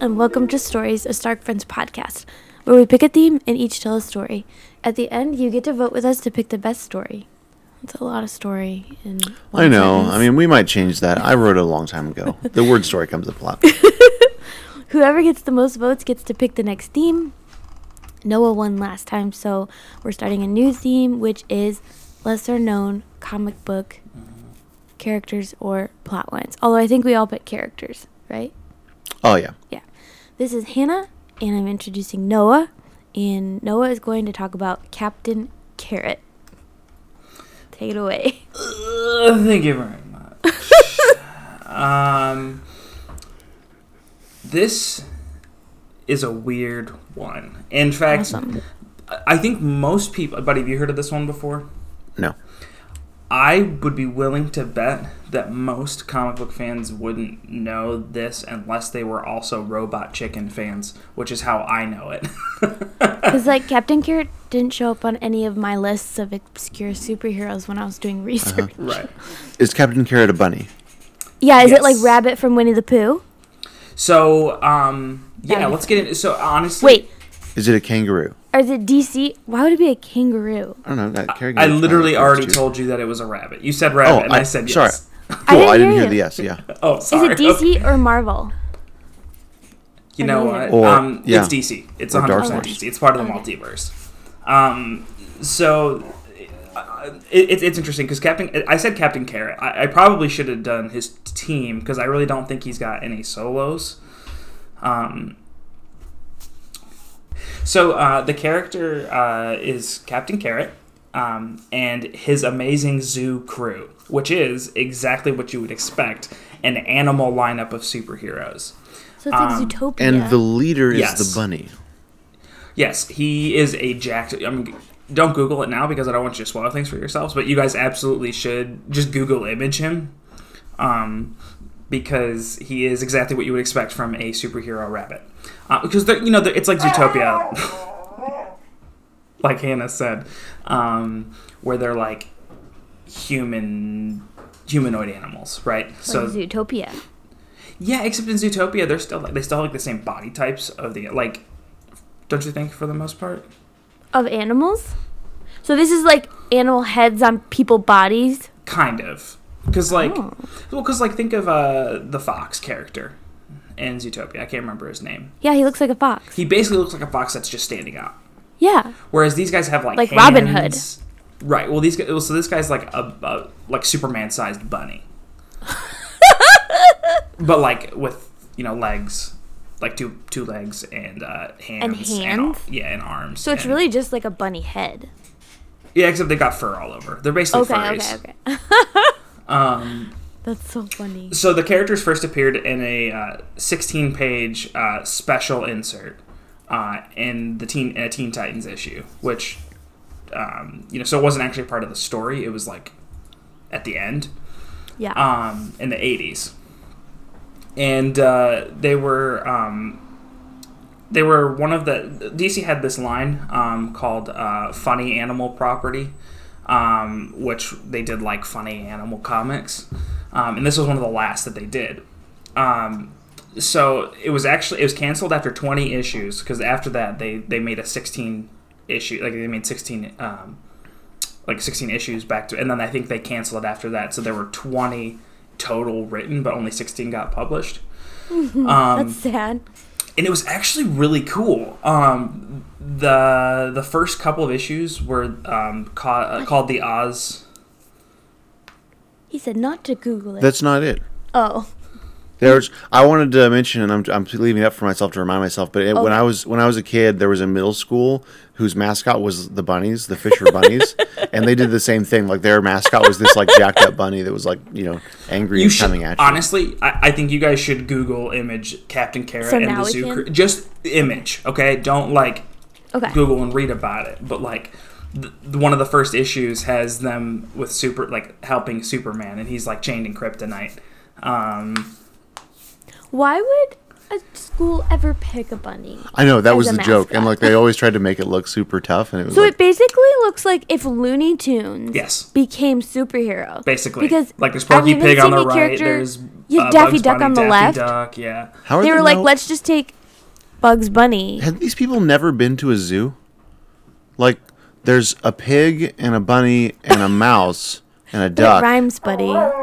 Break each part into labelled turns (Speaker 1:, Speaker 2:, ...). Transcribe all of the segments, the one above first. Speaker 1: and welcome to Stories, a Stark Friends podcast, where we pick a theme and each tell a story. At the end, you get to vote with us to pick the best story. It's a lot of story. In one
Speaker 2: I know.
Speaker 1: sentence.
Speaker 2: I mean, we might change that. I wrote it a long time ago. the word story comes up a lot.
Speaker 1: whoever gets the most votes gets to pick the next theme. Noah won last time, so we're starting a new theme, which is lesser known comic book characters or plot lines. Although I think we all pick characters, right?
Speaker 2: Oh yeah.
Speaker 1: Yeah. This is Hannah, and I'm introducing Noah. And Noah is going to talk about Captain Carrot. Take it away.
Speaker 3: Uh, thank you very much. um, this is a weird one. In fact,
Speaker 1: Awesome.
Speaker 3: I- I think most people. Buddy, have you heard of this one before?
Speaker 2: No.
Speaker 3: I would be willing to bet that most comic book fans wouldn't know this unless they were also Robot Chicken fans, which is how I know it.
Speaker 1: Because, like, Captain Carrot didn't show up on any of my lists of obscure superheroes when I was doing research.
Speaker 3: right.
Speaker 2: Is Captain Carrot a bunny?
Speaker 1: Yeah, is it like
Speaker 3: Yes.
Speaker 1: Rabbit from Winnie the Pooh?
Speaker 3: So, um, yeah,
Speaker 1: That-
Speaker 3: let's get into. So, honestly,
Speaker 1: Wait,
Speaker 2: Is it a kangaroo?
Speaker 1: or is it DC? Why would it be a kangaroo?
Speaker 2: I don't know. That
Speaker 3: I literally already told you that it was a rabbit. You said rabbit,
Speaker 2: Oh,
Speaker 3: and I, said yes.
Speaker 2: sorry.
Speaker 1: I
Speaker 2: Cool. I
Speaker 1: didn't
Speaker 2: didn't
Speaker 1: hear
Speaker 2: hear the
Speaker 1: you.
Speaker 2: yes. Yeah.
Speaker 3: Oh, sorry.
Speaker 1: Is it DC or Marvel?
Speaker 3: You know
Speaker 1: Or-
Speaker 3: what? um,
Speaker 2: yeah.
Speaker 3: It's DC. It's
Speaker 2: Or
Speaker 3: 100%
Speaker 2: Dark Horse.
Speaker 3: DC. It's part of the multiverse. Um, so uh, it, it's it's interesting because Captain. I said Captain Carrot. I, I probably should have done his team because I really don't think he's got any solos. Um, so uh, the character uh, is Captain Carrot um, and his amazing zoo crew, which is exactly what you would expect an animal lineup of superheroes.
Speaker 1: So it's like
Speaker 3: Um,
Speaker 1: Zootopia.
Speaker 2: And the leader is
Speaker 3: Yes.
Speaker 2: the bunny.
Speaker 3: Yes, he is a jacked. I mean, don't Google it now because I don't want you to spoil things for yourselves. But you guys absolutely should just Google image him, um, because he is exactly what you would expect from a superhero rabbit. Uh, because they're, you know they're, it's like Zootopia, like Hannah said, um, where they're like human humanoid animals, right?
Speaker 1: like Zootopia.
Speaker 3: Yeah, except in Zootopia, they're still like they still have like the same body types of the like. Don't you think for the most part?
Speaker 1: Of animals? So this is like animal heads on people bodies?
Speaker 3: kind of because like
Speaker 1: Oh.
Speaker 3: well because like think of uh the fox character in zootopia i can't remember his name
Speaker 1: Yeah, he looks like a fox.
Speaker 3: he basically looks like a fox that's just standing up
Speaker 1: Yeah.
Speaker 3: whereas these guys have like
Speaker 1: Like Robin Hood.
Speaker 3: hands. right well these guys well, so this guy's like a, a like superman sized bunny but like with you know legs like two two legs and uh hands all-
Speaker 1: hands?
Speaker 3: yeah and arms
Speaker 1: So it's
Speaker 3: and-
Speaker 1: really just like a bunny head.
Speaker 3: yeah except they got fur all over they're basically
Speaker 1: Okay,
Speaker 3: furries
Speaker 1: okay, okay.
Speaker 3: um
Speaker 1: That's so funny.
Speaker 3: So the characters first appeared in a uh, 16-page uh, special insert uh, in the Teen in a Teen Titans issue, which um, you know, so it wasn't actually part of the story. It was like at the end
Speaker 1: Yeah.
Speaker 3: um, in the 80s, and uh, they were um, they were one of the DC had this line um, called uh, "Funny Animal Property," um, which they did like funny animal comics, um, and this was one of the last that they did. Um, so it was actually it was canceled after 20 issues because after that they they made a 16 issue like they made 16 um, like 16 issues back to and then i think they canceled it after that so there were 20 total written but only 16 got published
Speaker 1: That's sad.
Speaker 3: and it was actually really cool um, the the first couple of issues were um, ca- uh, called the oz
Speaker 1: He said not to Google it.
Speaker 2: That's not it.
Speaker 1: oh.
Speaker 2: There's. I wanted to mention, and I'm, I'm leaving it up for myself to remind myself. But it, when I was when I was a kid, there was a middle school whose mascot was the bunnies, the Fisher bunnies, and they did the same thing. Like their mascot was this like jacked up bunny that was like you know angry
Speaker 3: you
Speaker 2: and
Speaker 3: should
Speaker 2: coming at you.
Speaker 3: honestly I, I think you guys should google image captain carrot
Speaker 1: So
Speaker 3: and
Speaker 1: now
Speaker 3: the
Speaker 1: we
Speaker 3: zoo
Speaker 1: can-
Speaker 3: Crew. just image okay don't like
Speaker 1: Okay.
Speaker 3: Google and read about it. But like, th- one of the first issues has them with super like helping Superman, and he's like chained in kryptonite. Um,
Speaker 1: Why would a school ever pick a bunny?
Speaker 2: I know that
Speaker 1: as
Speaker 2: was
Speaker 1: a
Speaker 2: the joke,
Speaker 1: mascot.
Speaker 2: and like they always tried to make it look super tough, and it was
Speaker 1: So
Speaker 2: like,
Speaker 1: it basically looks like if Looney Tunes
Speaker 3: Yes.
Speaker 1: became superhero.
Speaker 3: basically,
Speaker 1: Because
Speaker 3: like there's
Speaker 1: I've
Speaker 3: Porky
Speaker 1: even
Speaker 3: Pig on
Speaker 1: seen
Speaker 3: the
Speaker 1: a
Speaker 3: right.
Speaker 1: character-
Speaker 3: There's
Speaker 1: You have
Speaker 3: uh,
Speaker 1: Daffy
Speaker 3: Bugs
Speaker 1: Duck
Speaker 3: Bunny,
Speaker 1: on the
Speaker 3: Daffy
Speaker 1: left.
Speaker 3: Duck, yeah.
Speaker 2: How are
Speaker 1: They were like,
Speaker 2: no-
Speaker 1: let's just take Bugs Bunny.
Speaker 2: Had these people never been to a zoo? Like, there's a pig and a bunny and a mouse and a
Speaker 1: But
Speaker 2: duck,
Speaker 1: It rhymes, buddy. It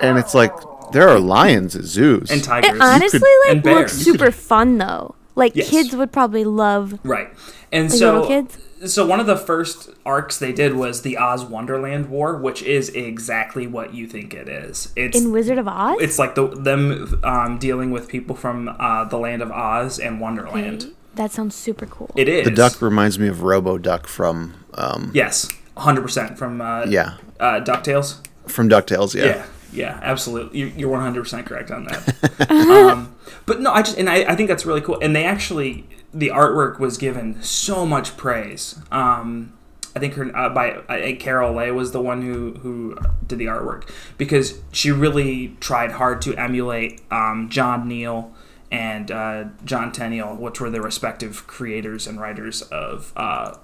Speaker 2: and it's like there are lions at zoos.
Speaker 3: And tigers.
Speaker 1: honestly
Speaker 3: And
Speaker 1: like looks
Speaker 3: bears. You could-
Speaker 1: super fun though. Like
Speaker 3: Yes.
Speaker 1: kids would probably love.
Speaker 3: Right. And
Speaker 1: The
Speaker 3: so
Speaker 1: little kids?
Speaker 3: so one of the first arcs they did was the Oz Wonderland War, which is exactly what you think it is. It's
Speaker 1: In Wizard of Oz,
Speaker 3: it's like the them um, dealing with people from uh, the land of Oz and Wonderland.
Speaker 1: that sounds super cool.
Speaker 3: It is
Speaker 2: the duck reminds me of Robo Duck from um,
Speaker 3: Yes, hundred percent from uh,
Speaker 2: yeah
Speaker 3: uh, Ducktales.
Speaker 2: from Ducktales. Yeah.
Speaker 3: Yeah, yeah, absolutely. You're, you're 100% correct on that. um, but no, I just, and I, I think that's really cool. And they actually, the artwork was given so much praise. Um, I think her, uh, by, I think Carol Lay was the one who, who did the artwork because she really tried hard to emulate um, John Neal and uh, John Tenniel, which were the respective creators and writers of uh,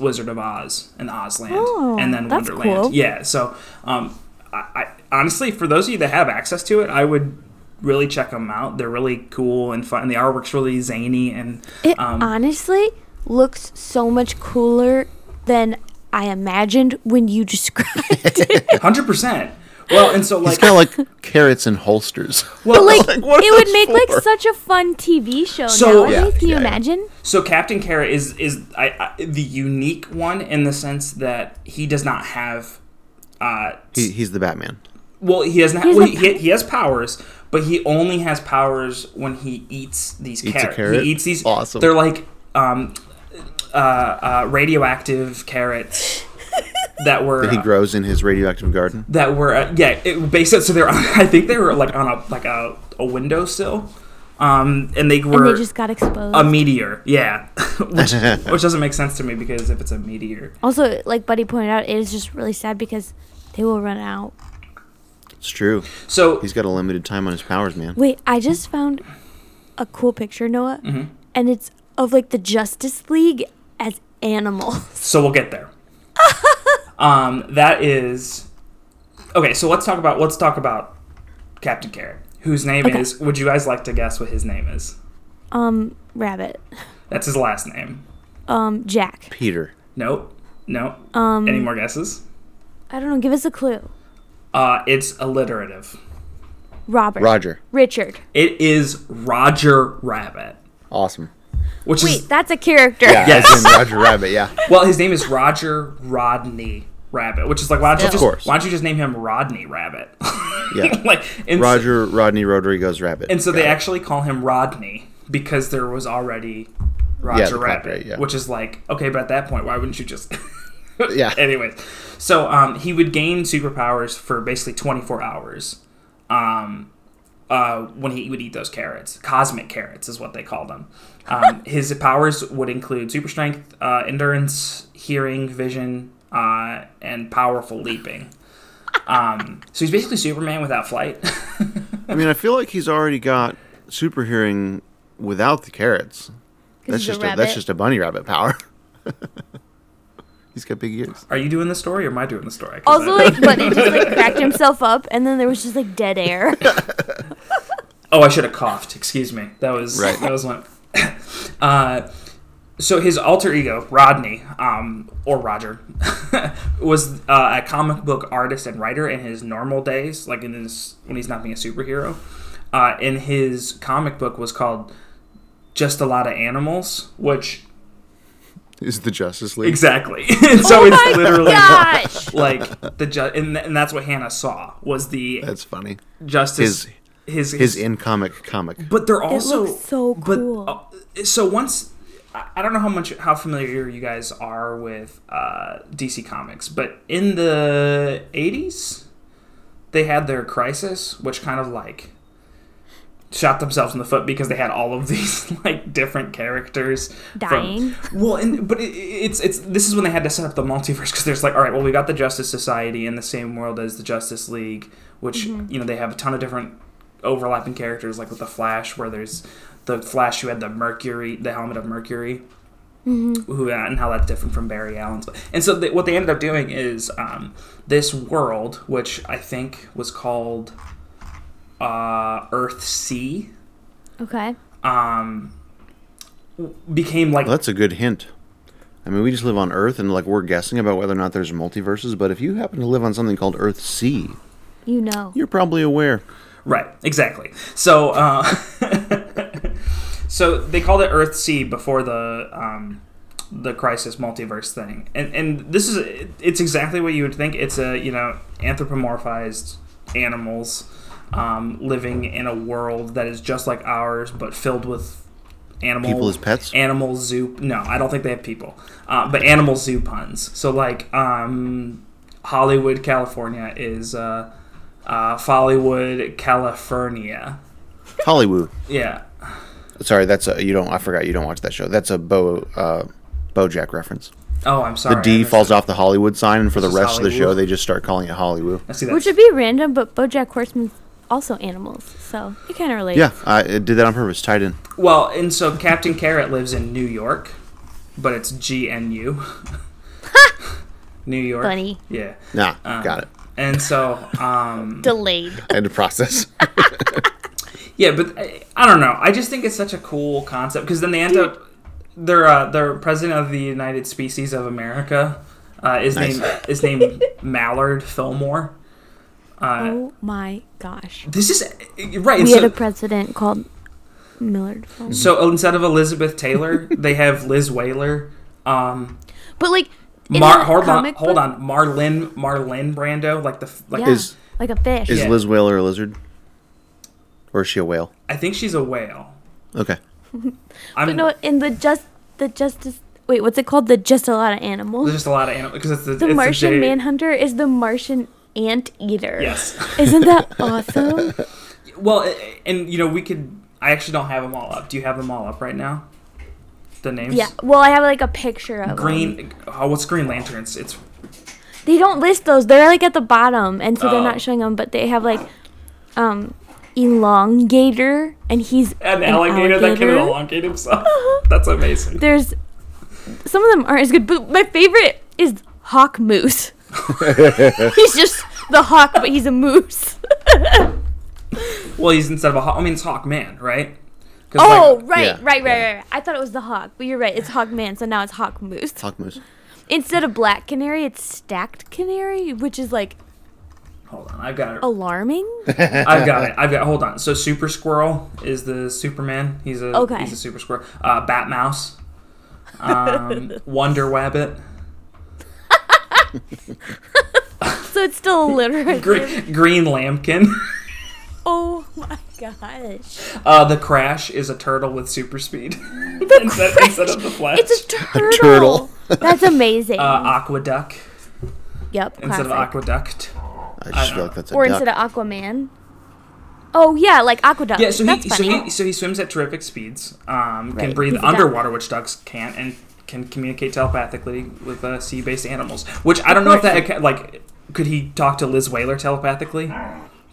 Speaker 3: Wizard of Oz and Ozland,
Speaker 1: Oh,
Speaker 3: and then
Speaker 1: that's
Speaker 3: Wonderland.
Speaker 1: cool.
Speaker 3: Yeah, so um, I, I honestly, for those of you that have access to it, I would really check them out. They're really cool and fun. And the artwork's really zany and
Speaker 1: It
Speaker 3: um,
Speaker 1: honestly looks so much cooler than I imagined when you described it.
Speaker 3: hundred percent. Well, and so
Speaker 2: It's
Speaker 3: like,
Speaker 2: kind of like carrots and holsters.
Speaker 3: well,
Speaker 1: like,
Speaker 2: what
Speaker 1: it
Speaker 2: are
Speaker 1: would
Speaker 2: those
Speaker 1: make
Speaker 2: for?
Speaker 1: like such a fun TV show.
Speaker 3: So-
Speaker 1: nowadays.
Speaker 2: Yeah,
Speaker 1: Can you
Speaker 2: yeah, yeah.
Speaker 1: imagine?
Speaker 3: so Captain Carrot is is I, I, the unique one in the sense that he does not have. Uh,
Speaker 2: He, he's the Batman.
Speaker 3: well, he doesn't have.
Speaker 1: He's
Speaker 3: Well,
Speaker 1: a-
Speaker 3: he, he has powers, but he only has powers when he eats these
Speaker 2: Eats a
Speaker 3: carrots.
Speaker 2: carrot?
Speaker 3: He eats these.
Speaker 2: Awesome.
Speaker 3: They're like um, uh, uh, radioactive carrots that were
Speaker 2: He
Speaker 3: uh,
Speaker 2: grows in his radioactive garden.
Speaker 3: that were uh, yeah it, based on so they're on, I think they were like on a like a, a windowsill, um, and they were
Speaker 1: And they just got exposed.
Speaker 3: a meteor. Yeah, which, which doesn't make sense to me because if it's a meteor,
Speaker 1: also, like Buddy pointed out, it is just really sad because they will run out.
Speaker 2: It's true.
Speaker 3: so
Speaker 2: He's got a limited time on his powers, man.
Speaker 1: Wait, I just found a cool picture, Noah, and it's of like the Justice League as animals.
Speaker 3: so we'll get there. um, that is okay. So let's talk about let's talk about Captain Carrot, whose name
Speaker 1: Okay.
Speaker 3: is. Would you guys like to guess what his name is?
Speaker 1: Um, rabbit.
Speaker 3: That's his last name.
Speaker 1: Um, Jack.
Speaker 2: Peter.
Speaker 3: Nope. No.
Speaker 1: Um,
Speaker 3: Any more guesses?
Speaker 1: I don't know. Give us a clue.
Speaker 3: Uh, it's alliterative.
Speaker 1: Robert.
Speaker 2: Roger.
Speaker 1: Richard.
Speaker 3: It is Roger Rabbit,
Speaker 2: Awesome.
Speaker 3: which is
Speaker 1: Wait, that's a character.
Speaker 2: Yeah,
Speaker 3: Yes.
Speaker 2: yes. Roger Rabbit. Yeah.
Speaker 3: Well, his name is Roger Rodney Rabbit, which is like why don't you
Speaker 2: Of
Speaker 3: just
Speaker 2: course.
Speaker 3: why don't you just name him Rodney Rabbit?
Speaker 2: Yeah.
Speaker 3: like and so-
Speaker 2: Roger Rodney Rodriguez Rabbit.
Speaker 3: and so
Speaker 2: Got
Speaker 3: they
Speaker 2: it.
Speaker 3: actually call him Rodney because there was already Roger
Speaker 2: Yeah, the
Speaker 3: Rabbit,
Speaker 2: copyright, yeah.
Speaker 3: which is like okay, but at that point, why wouldn't you just?
Speaker 2: Yeah.
Speaker 3: Anyways, so um, he would gain superpowers for basically 24 hours. Um, uh, when he would eat those carrots, cosmic carrots is what they call them. Um, his powers would include super strength, uh, endurance, hearing, vision, uh, and powerful leaping. Um, so he's basically Superman without flight.
Speaker 2: I mean, I feel like he's already got super hearing without the carrots. That's
Speaker 1: he's a
Speaker 2: just a,
Speaker 1: rabbit.
Speaker 2: that's just a bunny rabbit power. he's got big ears.
Speaker 3: Are you doing the story, or am I doing the story? 'Cause
Speaker 1: Also,
Speaker 3: I-
Speaker 1: like Buddy just like cracked himself up, and then there was just like dead air.
Speaker 3: Oh, I should have coughed. Excuse me. That was
Speaker 2: Right.
Speaker 3: That was one. uh, so his alter ego, Rodney, um, or Roger, was uh, a comic book artist and writer in his normal days, like in his when he's not being a superhero. Uh, and his comic book was called "Just a Lot of Animals," which
Speaker 2: Is the Justice League?
Speaker 3: exactly. and so
Speaker 1: oh my
Speaker 3: it's literally
Speaker 1: gosh!
Speaker 3: like the ju- and, th- and that's what Hannah saw was the
Speaker 2: That's funny.
Speaker 3: justice.
Speaker 2: His
Speaker 3: His
Speaker 2: his in comic comic.
Speaker 3: But they're also
Speaker 1: looks so
Speaker 3: but,
Speaker 1: cool.
Speaker 3: uh, so once I I don't know how much how familiar you guys are with uh, DC Comics, but in the '80s, they had their crisis, which kind of like shot themselves in the foot because they had all of these like different characters from-
Speaker 1: Dying.
Speaker 3: well, and but it, it's it's this is when they had to set up the multiverse because there's like all right, well we got the Justice Society in the same world as the Justice League, which you know they have a ton of different overlapping characters like with the Flash, where there's the Flash who had the Mercury, the helmet of Mercury, who uh, and how that's different from Barry Allen's. And so they, what they ended up doing is um, this world, which I think was called uh, Earth C
Speaker 1: Okay.
Speaker 3: um, became like
Speaker 2: Well, that's a good hint. I mean, we just live on Earth, and like we're guessing about whether or not there's multiverses. But if you happen to live on something called Earth C,
Speaker 1: You know.
Speaker 2: you're probably aware.
Speaker 3: Right, exactly. So, uh, so they called it Earth C before the um, the Crisis Multiverse thing, and and this is it's exactly what you would think. It's a you know anthropomorphized animals um, living in a world that is just like ours, but filled with animal
Speaker 2: People as pets?
Speaker 3: animal zoo. No, I don't think they have people, uh, but animal zoo puns. So like um, Hollywood, California is. Uh, uh, Follywood, California.
Speaker 2: Hollywood.
Speaker 3: Yeah.
Speaker 2: Sorry, that's a you don't. I forgot you don't watch that show. That's a Bo uh, BoJack reference.
Speaker 3: Oh, I'm sorry.
Speaker 2: The D
Speaker 3: I
Speaker 2: falls off the Hollywood sign, and for the
Speaker 3: This is
Speaker 2: rest of the show,
Speaker 3: Hollywood.
Speaker 2: they just start calling it Hollywood.
Speaker 3: missed- I see that.
Speaker 1: Which would be random, but BoJack Horseman's also animals, so it kind of relates.
Speaker 2: Yeah, I I did that on purpose. Tied in.
Speaker 3: well, and so Captain Carrot lives in New York, but it's G N U. New York.
Speaker 1: Funny.
Speaker 3: Yeah.
Speaker 2: Nah,
Speaker 3: Um,
Speaker 2: got it.
Speaker 3: And so,
Speaker 2: Mm.
Speaker 3: um,
Speaker 1: Delayed.
Speaker 2: End of process.
Speaker 3: yeah, but I, I don't know. I just think it's such a cool concept because then they end
Speaker 1: Mm.
Speaker 3: up. Their uh, their president of the United Species of America uh, is
Speaker 2: Nice.
Speaker 3: named is named Mallard Fillmore. Uh,
Speaker 1: oh my gosh.
Speaker 3: This is right. and
Speaker 1: We
Speaker 3: so,
Speaker 1: had a president called Millard. Fillmore.
Speaker 3: So instead of Elizabeth Taylor, they have Liz Whaler. Um,
Speaker 1: But like, in
Speaker 3: Mar-
Speaker 1: the
Speaker 3: hold on,
Speaker 1: comic
Speaker 3: hold
Speaker 1: book-
Speaker 3: on, Marlin, Marlin Brando, like the f- like.
Speaker 1: Yeah,
Speaker 2: Is-
Speaker 1: like a fish.
Speaker 2: Is
Speaker 3: Yeah.
Speaker 2: Liz Whaler a lizard, or is she a whale?
Speaker 3: I think she's a whale.
Speaker 2: Okay.
Speaker 3: I'm
Speaker 1: But no, in the just the justice. Wait, what's it called? The just a lot of animals.
Speaker 3: there's just a lot of animals because it's the,
Speaker 1: the
Speaker 3: it's
Speaker 1: Martian
Speaker 3: J-
Speaker 1: Manhunter is the Martian anteater.
Speaker 3: Yes.
Speaker 1: Isn't that awesome?
Speaker 3: Well, a- a- and you know we could. I actually don't have them all up. Do you have them all up right now? The names.
Speaker 1: yeah. Well, I have like a picture of them.
Speaker 3: Green. Oh, what's Green Lanterns? It's
Speaker 1: They don't list those. They're like at the bottom, and so
Speaker 3: Oh.
Speaker 1: they're not showing them. But they have like, um, elongator, and he's
Speaker 3: an, alligator, that can elongate himself.
Speaker 1: Uh-huh.
Speaker 3: That's amazing.
Speaker 1: There's some of them aren't as good, but my favorite is hawk moose. he's just the hawk, but he's a moose.
Speaker 3: well, he's instead of a hawk. I mean, it's Hawkman, right? 'Cause,
Speaker 1: Oh,
Speaker 3: like,
Speaker 1: right,
Speaker 2: yeah,
Speaker 1: right, right, right, right. I thought it was the hawk, but you're right. It's hawk man, so now it's hawk moose.
Speaker 2: Hawk moose.
Speaker 1: Instead of black canary, it's stacked canary, which is like
Speaker 3: hold on, I've got it.
Speaker 1: alarming.
Speaker 3: I've got it. I've got. Hold on. So Super Squirrel is the Superman. He's a
Speaker 1: Okay.
Speaker 3: he's a Super Squirrel. Uh, Bat Mouse, um, Wonder Wabbit,
Speaker 1: so it's still alliterative.
Speaker 3: Green, Green Lambkin.
Speaker 1: Oh my gosh.
Speaker 3: Uh, the Crash is a turtle with super speed instead, instead of the Flash.
Speaker 1: It's a turtle.
Speaker 2: turtle.
Speaker 1: That's amazing.
Speaker 3: uh, Aqueduct
Speaker 1: yep, classic.
Speaker 3: instead of Aqueduct.
Speaker 2: I just
Speaker 3: I-
Speaker 2: feel like that's a
Speaker 1: or
Speaker 2: duck.
Speaker 1: instead of Aquaman. Oh yeah, like aqueduct.
Speaker 3: Yeah, so
Speaker 1: That's
Speaker 3: he so
Speaker 1: funny.
Speaker 3: he, so he swims at terrific speeds. Um, can
Speaker 1: Right,
Speaker 3: breathe
Speaker 1: he's a duck.
Speaker 3: underwater, which ducks can't, and can communicate telepathically with uh, sea-based animals. Which I don't know if that acca- like could he talk to Liz Whaler telepathically?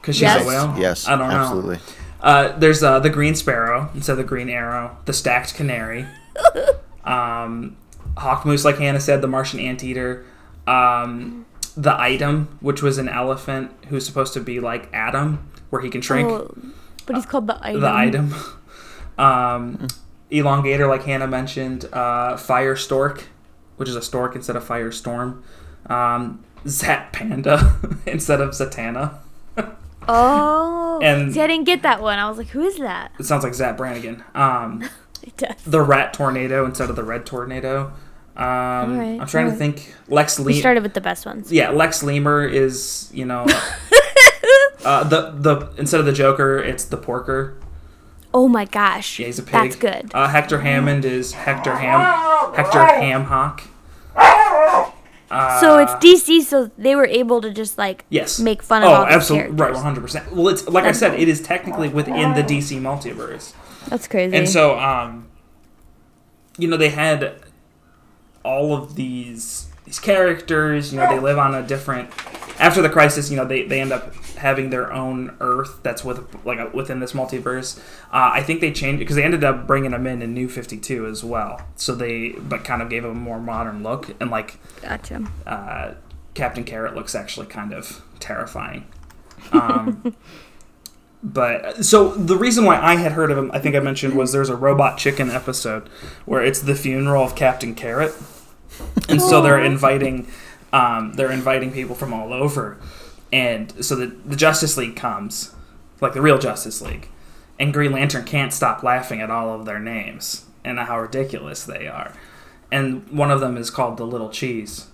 Speaker 3: Because she's
Speaker 1: Yes.
Speaker 3: a whale.
Speaker 2: Yes,
Speaker 3: I don't
Speaker 2: absolutely.
Speaker 3: know. Uh, there's uh, the green sparrow instead of the green arrow. The stacked canary. um, hawk moose, like Hannah said, the Martian anteater. Um, the item, which was an elephant who's supposed to be like Adam, where he can shrink
Speaker 1: Oh, but he's called the item.
Speaker 3: the item. Um,
Speaker 1: Mm.
Speaker 3: elongator, like Hannah mentioned, uh, fire stork, which is a stork instead of firestorm. Um, Zat panda instead of Zatanna.
Speaker 1: Oh,
Speaker 3: And-
Speaker 1: see, I didn't get that one. I was like, who is that?
Speaker 3: It sounds like Zat Brannigan. Um,
Speaker 1: It does.
Speaker 3: the rat tornado instead of the red tornado. Um,
Speaker 1: right,
Speaker 3: I'm trying to
Speaker 1: alright.
Speaker 3: think. Lex
Speaker 1: We
Speaker 3: Lemur.
Speaker 1: started with the best ones.
Speaker 3: yeah, Lex Lemur is you know. Uh, the the instead of the Joker, it's the Porker.
Speaker 1: Oh my gosh.
Speaker 3: Yeah, he's a pig.
Speaker 1: That's good. Mm-hmm.
Speaker 3: Uh, Hector Hammond is Hector Ham. Hector Hamhock. Uh,
Speaker 1: so it's DC, so they were able to just like
Speaker 3: Yes.
Speaker 1: make fun of all these
Speaker 3: absolutely right,
Speaker 1: characters.
Speaker 3: one hundred percent. Well, it's like I said, it is technically within the DC multiverse,
Speaker 1: That's crazy.
Speaker 3: and so um, you know, they had all of these these characters. You know, they live on a different. After the crisis, you know, they, they end up having their own Earth that's with like uh, within this multiverse. Uh, I think they changed because they ended up bringing them in in New Fifty Two as well. So they but kind of gave them a more modern look and like
Speaker 1: gotcha.
Speaker 3: uh, Captain Carrot looks actually kind of terrifying. Um, But so the reason why I had heard of him, I think I mentioned, was there's a Robot Chicken episode where it's the funeral of Captain Carrot, and so they're inviting, um, they're inviting people from all over, and so the, the Justice League comes, like the real Justice League, and Green Lantern can't stop laughing at all of their names and how ridiculous they are, and one of them is called the Little Cheese,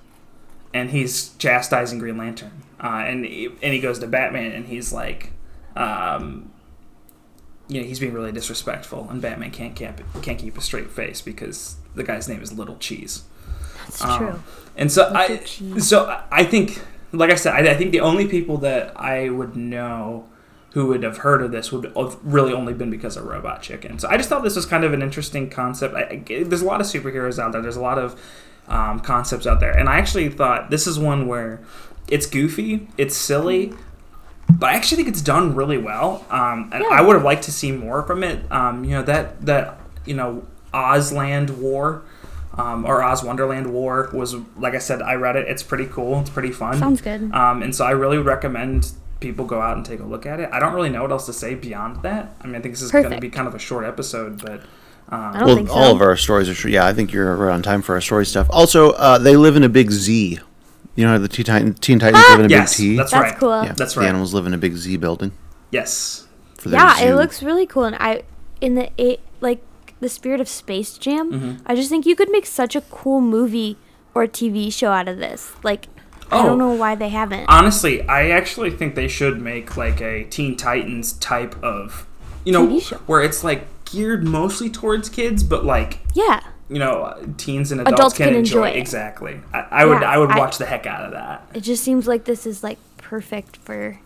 Speaker 3: and he's chastising Green Lantern, uh, and he, and he goes to Batman and he's like um, you know, he's being really disrespectful, and Batman can't can't, can't keep a straight face because the guy's name is Little Cheese.
Speaker 1: That's
Speaker 3: Um,
Speaker 1: true.
Speaker 3: And so I,
Speaker 1: Little Cheese.
Speaker 3: so I- I think, like I said, I, I think the only people that I would know who would have heard of this would have really only been because of Robot Chicken. So I just thought this was kind of an interesting concept. I, I- there's a lot of superheroes out there. There's a lot of um, concepts out there, and I actually thought this is one where it's goofy, it's silly, but I actually think it's done really well. Um, and
Speaker 1: Yeah.
Speaker 3: I would have liked to see more from it. Um, you know that that you know Ozland War. Um, or Oz Wonderland War was like I said I read it it's pretty cool it's pretty fun
Speaker 1: Sounds good.
Speaker 3: um, and so I really would recommend people go out and take a look at it I don't really know what else to say beyond that I mean I think this is going to be
Speaker 1: Perfect.
Speaker 3: kind of a short episode but
Speaker 1: I don't
Speaker 2: well,
Speaker 1: think so.
Speaker 2: all of our stories are short. Yeah, I think you're right on time for our story stuff. Also, uh, they live in a big Z. You know how the Teen, Titan, Teen Titans
Speaker 1: Ah!
Speaker 2: live in a big
Speaker 3: yes
Speaker 2: T?
Speaker 3: that's,
Speaker 1: That's
Speaker 3: right
Speaker 1: cool.
Speaker 2: yeah,
Speaker 3: that's
Speaker 2: The
Speaker 3: right.
Speaker 2: animals live in a big Z building.
Speaker 3: yes
Speaker 2: For their
Speaker 1: yeah, it
Speaker 2: zoo.
Speaker 1: looks really cool, and I in the it, like the spirit of Space Jam.
Speaker 3: Mm-hmm.
Speaker 1: I just think you could make such a cool movie or TV show out of this. Like, I
Speaker 3: Oh.
Speaker 1: don't know why they haven't.
Speaker 3: honestly I actually think they should make like a Teen Titans type of you know
Speaker 1: TV show.
Speaker 3: where it's like geared mostly towards kids but like
Speaker 1: yeah,
Speaker 3: you know teens and adults, can, enjoy,
Speaker 1: it.
Speaker 3: exactly I, I would
Speaker 1: Yeah,
Speaker 3: I would
Speaker 1: I-
Speaker 3: watch the heck out of that
Speaker 1: it just seems like this is like perfect for.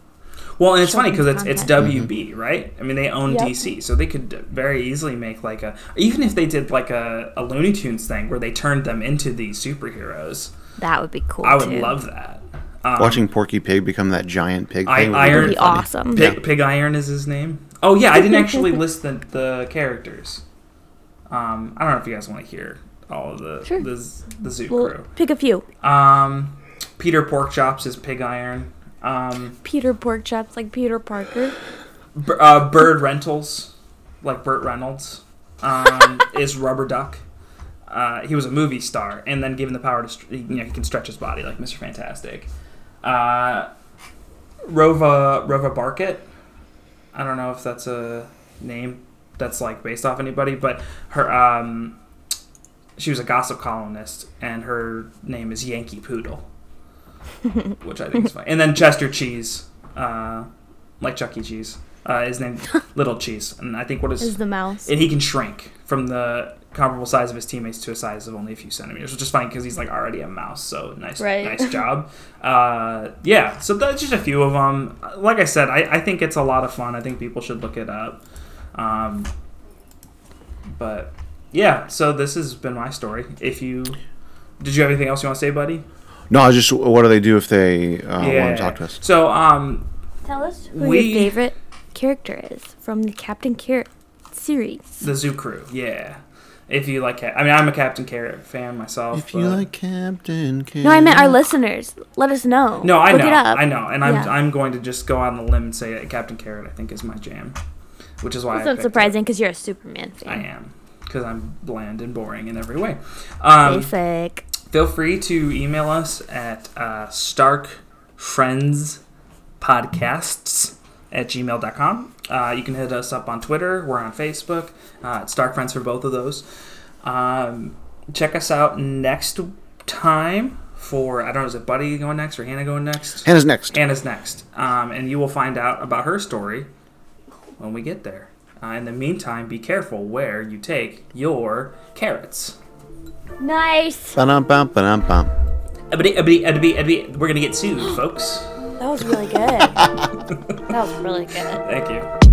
Speaker 3: Well, and it's funny
Speaker 1: Showing
Speaker 3: because it's it's
Speaker 1: content.
Speaker 3: WB, right? I mean, they own
Speaker 1: Yep.
Speaker 3: DC, so they could very easily make like a even if they did like a, a Looney Tunes thing where they turned them into these superheroes.
Speaker 1: That would be cool.
Speaker 3: I would
Speaker 1: too.
Speaker 3: love that. Um,
Speaker 2: Watching Porky Pig become that giant pig
Speaker 3: I-
Speaker 2: thing. would be
Speaker 3: Iron-
Speaker 1: That'd
Speaker 2: really
Speaker 1: be
Speaker 2: funny.
Speaker 1: awesome.
Speaker 3: Pig, Pig Iron is his name. Oh yeah, I didn't actually list the the characters. Um, I don't know if you guys want to hear all of the
Speaker 1: Sure.
Speaker 3: the, z- the zoo
Speaker 1: We'll
Speaker 3: crew.
Speaker 1: pick a few.
Speaker 3: Um, Peter Porkchops is Pig Iron. Um,
Speaker 1: Peter Porkchop's like Peter Parker.
Speaker 3: B- uh, Bird Rentals, like Burt Reynolds, um, is Rubber Duck. Uh, he was a movie star, and then given the power to, str- you know, he can stretch his body like Mr. Fantastic. Uh, Rova Rova Barkett. I don't know if that's a name that's like based off anybody, but her um, she was a gossip columnist, and her name is Yankee Poodle, which I think is funny. And then Chester Cheese, uh, like Chuck E. Cheese, uh, is named Little Cheese, and I think what is
Speaker 1: Is the mouse?
Speaker 3: and he can shrink from the comparable size of his teammates to a size of only a few centimeters, which is funny because he's like already a mouse. So nice,
Speaker 1: Right.
Speaker 3: nice job. Uh, yeah, so that's just a few of them. Like I said, I, I think it's a lot of fun. I think people should look it up. Um, but yeah, so this has been my story. If you did, you have anything else you want to say, buddy?
Speaker 2: No, I was just what do they do if they uh, want to talk to us?
Speaker 3: So um,
Speaker 1: Tell us who
Speaker 3: We-
Speaker 1: your favorite character is from the Captain Carrot series.
Speaker 3: the Zoo Crew, yeah. If you like, I mean, I'm a Captain Carrot fan myself.
Speaker 2: If you
Speaker 3: but-
Speaker 2: like Captain Can
Speaker 1: No, I meant our listeners. Let us know.
Speaker 3: No, I
Speaker 1: Look
Speaker 3: know,
Speaker 1: It up.
Speaker 3: I know, and I'm
Speaker 1: Yeah.
Speaker 3: I'm going to just go out on the limb and say that Captain Carrot I think is my jam, which is why
Speaker 1: It's
Speaker 3: I
Speaker 1: not
Speaker 3: picked
Speaker 1: surprising because you're a Superman
Speaker 3: It. I
Speaker 1: fan.
Speaker 3: am because I'm bland and boring in every way. Um,
Speaker 1: Basic.
Speaker 3: feel free to email us at uh, starkfriendspodcasts at gmail.com. Uh, you can hit us up on Twitter. We're on Facebook. Uh, it's Stark Friends for both of those. Um, check us out next time for, I don't know, is it Buddy going next or Hannah going next?
Speaker 2: Hannah's next.
Speaker 3: Anna's next, um, and you will find out about her story when we get there. Uh, in the meantime, be careful where you take your carrots.
Speaker 1: Nice.
Speaker 2: Ba-dum, bum, ba-dum, bum.
Speaker 3: Ebony, ebony, ebony, ebony. We're gonna get sued, folks.
Speaker 1: That was really good. that was really good.
Speaker 3: Thank you.